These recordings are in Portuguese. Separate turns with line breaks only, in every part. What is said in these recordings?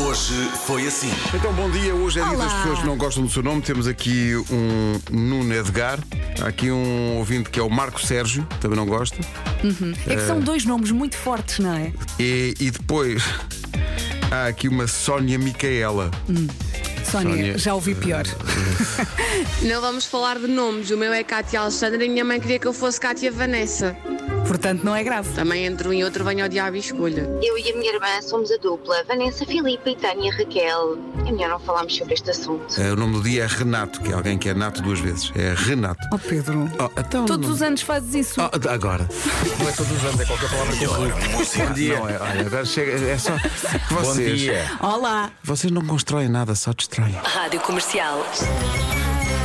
Hoje foi assim.
Então, bom dia. Hoje é dia
Olá.
das pessoas que não gostam do seu nome. Temos aqui um Nuno Edgar. Há aqui um ouvinte que é o Marco Sérgio, também não gosta.
É que são
Eh,
dois nomes muito fortes, não é?
E, e depois há aqui uma Sónia Micaela.
Sónia,
Sónia.
já
eh,
ouvi pior.
Não vamos falar de nomes. O meu é Cátia Alexandra e minha mãe queria que eu fosse Cátia Vanessa.
Portanto, não é grave.
Também entre um e outro venho ao diabo e escolha.
Eu e a minha irmã somos a dupla, Vanessa Filipe e Tânia Raquel. É melhor não falarmos sobre este assunto.
Eh, O nome do dia é Renato, que é alguém que é nato duas vezes. É Renato.
Oh, Pedro,
Oh, então,
todos os anos fazes isso.
Oh, agora. Não é todos os anos, é qualquer palavra que eu Bom dia. Não, é, olha, agora chega, é só que vocês. Bom dia.
Olá.
Vocês não constroem nada, só destroem.
Rádio Comercial.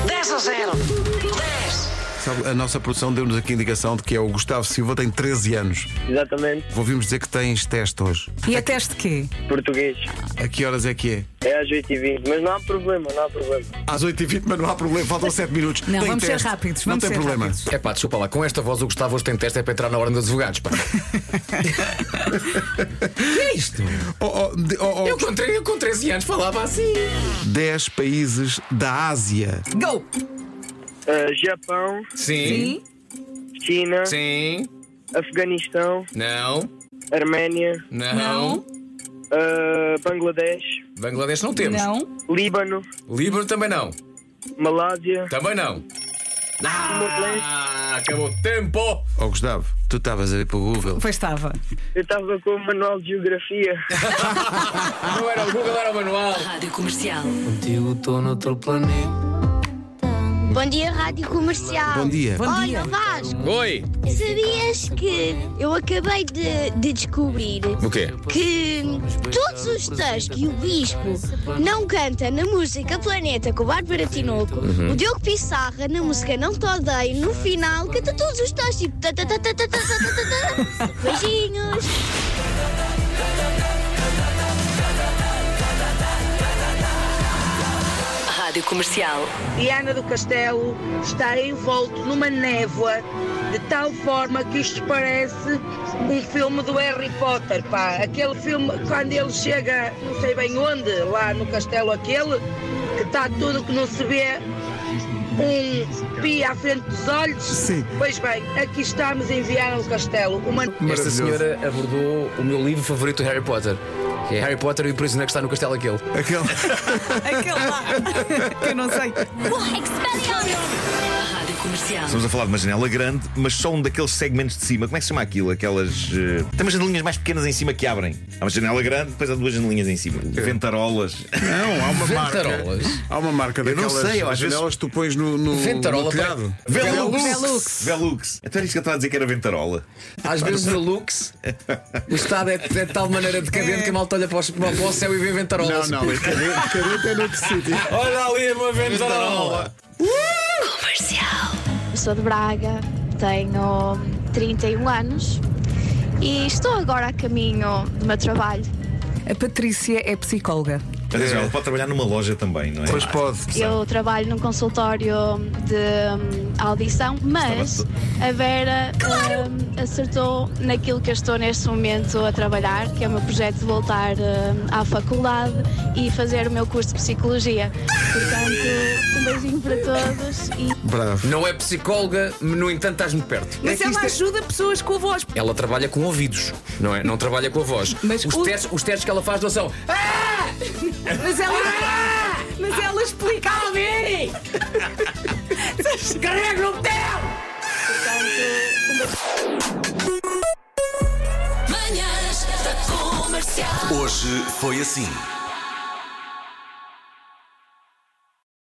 10 a 0. 10.
Sabe, a nossa produção deu-nos aqui a indicação de que é o Gustavo Silva, tem 13 anos.
Exatamente,
Ouvimos dizer que tens teste hoje.
E é teste quê?
português.
A que horas é que é?
É às 8h20, mas não há problema, não há problema.
Às 8h20, mas não há problema, faltam 7 minutos.
Não,
Tem
vamos ser
teste.
rápidos,
Não
vamos
tem
ser
problema.
rápidos.
É pá, desculpa lá, com esta voz o Gustavo hoje tem teste é para entrar na ordem dos advogados, pá. que é isto?
Oh, oh, de- oh, oh,
Eu com, tre- eu com 13 anos falava assim.
10 países da Ásia.
Go!
Ah, Japão,
Sim.
China,
Sim.
Afeganistão,
Não.
Arménia,
Não.
Não.
ah, Bangladesh,
Bangladesh não temos.
Não.
Líbano,
Líbano também não.
Malásia.
Também não. Ah, acabou o tempo.
Oh, Gustavo, tu estavas a ir para o Google.
Pois estava.
Eu estava com o manual de geografia.
Não era o Google, era o manual.
Rádio Comercial.
Bom dia, Rádio Comercial.
Bom dia.
Bom dia.
Olha, Vasco,
Oi.
sabias que eu acabei de, de descobrir
O quê?
que todos os textos que o Bispo não canta na música Planeta com o Bárbara Tinoco,
Uhum.
o Diogo Pissarra na música Não Te Odeio, no final canta todos os textos, tipo... ta, ta, ta, ta, ta, ta, ta, ta, ta. Beijinhos!
Rádio Comercial.
Viana do Castelo está envolto numa névoa de tal forma que isto parece um filme do Harry Potter, pá. Aquele filme, quando ele chega, não sei bem onde, lá no castelo aquele, que está tudo que não se vê, um pia à frente dos olhos.
Sim.
Pois bem, aqui estamos em Viana do Castelo, uma...
Esta
Maravilhoso.
senhora abordou o meu livro favorito é Harry Potter. que É Harry Potter e o prisioneiro que está no castelo aquele.
Aquele.
Aquele lá. Eu não sei.
Rádio Comercial.
Estamos a falar de uma janela grande, mas só um daqueles segmentos de cima. Como é que se chama aquilo? Aquelas. eh, Tem umas janelinhas mais pequenas em cima que abrem. Há uma janela grande, depois há duas janelinhas em cima. Ventarolas.
Não, há uma
Ventarolas.
marca. Um Há uma marca
não
daquelas
sei, eu às vezes-
janelas que tu pões no, no, no
Ventarola.
telhado.
Velux!
Velux.
Velux! Então era isso que eu estava a dizer que era ventarola.
Às vezes o Lux, o estado é, é de tal maneira decadente que a malta olha para, os, para o céu e vê ventarolas.
não, é cadete cadete é noutro sítio.
Olha ali uma ventarola.
Eu sou de Braga, tenho 31 anos e estou agora a caminho do meu trabalho.
A Patrícia é psicóloga.
Atenção, ela pode trabalhar numa loja também, não é?
Pois pode.
Eu trabalho num consultório de hum, audição, mas a Vera hum, acertou naquilo que eu estou neste momento a trabalhar, que é o meu projeto de voltar hum, à faculdade e fazer o meu curso de psicologia. Portanto, um beijinho para todos e
Bravo.
Não é psicóloga, no entanto estás-me perto.
Mas
É que
ela
isto é-
ajuda pessoas com a voz.
Ela trabalha com ouvidos, não é? Não trabalha com a voz.
Mas
os,
o-
testes, os testes que ela faz não são.
Ah! Mas ela. Mas ela explica. Ah! Calma,
Manhãs da Comercial.
Hoje foi assim.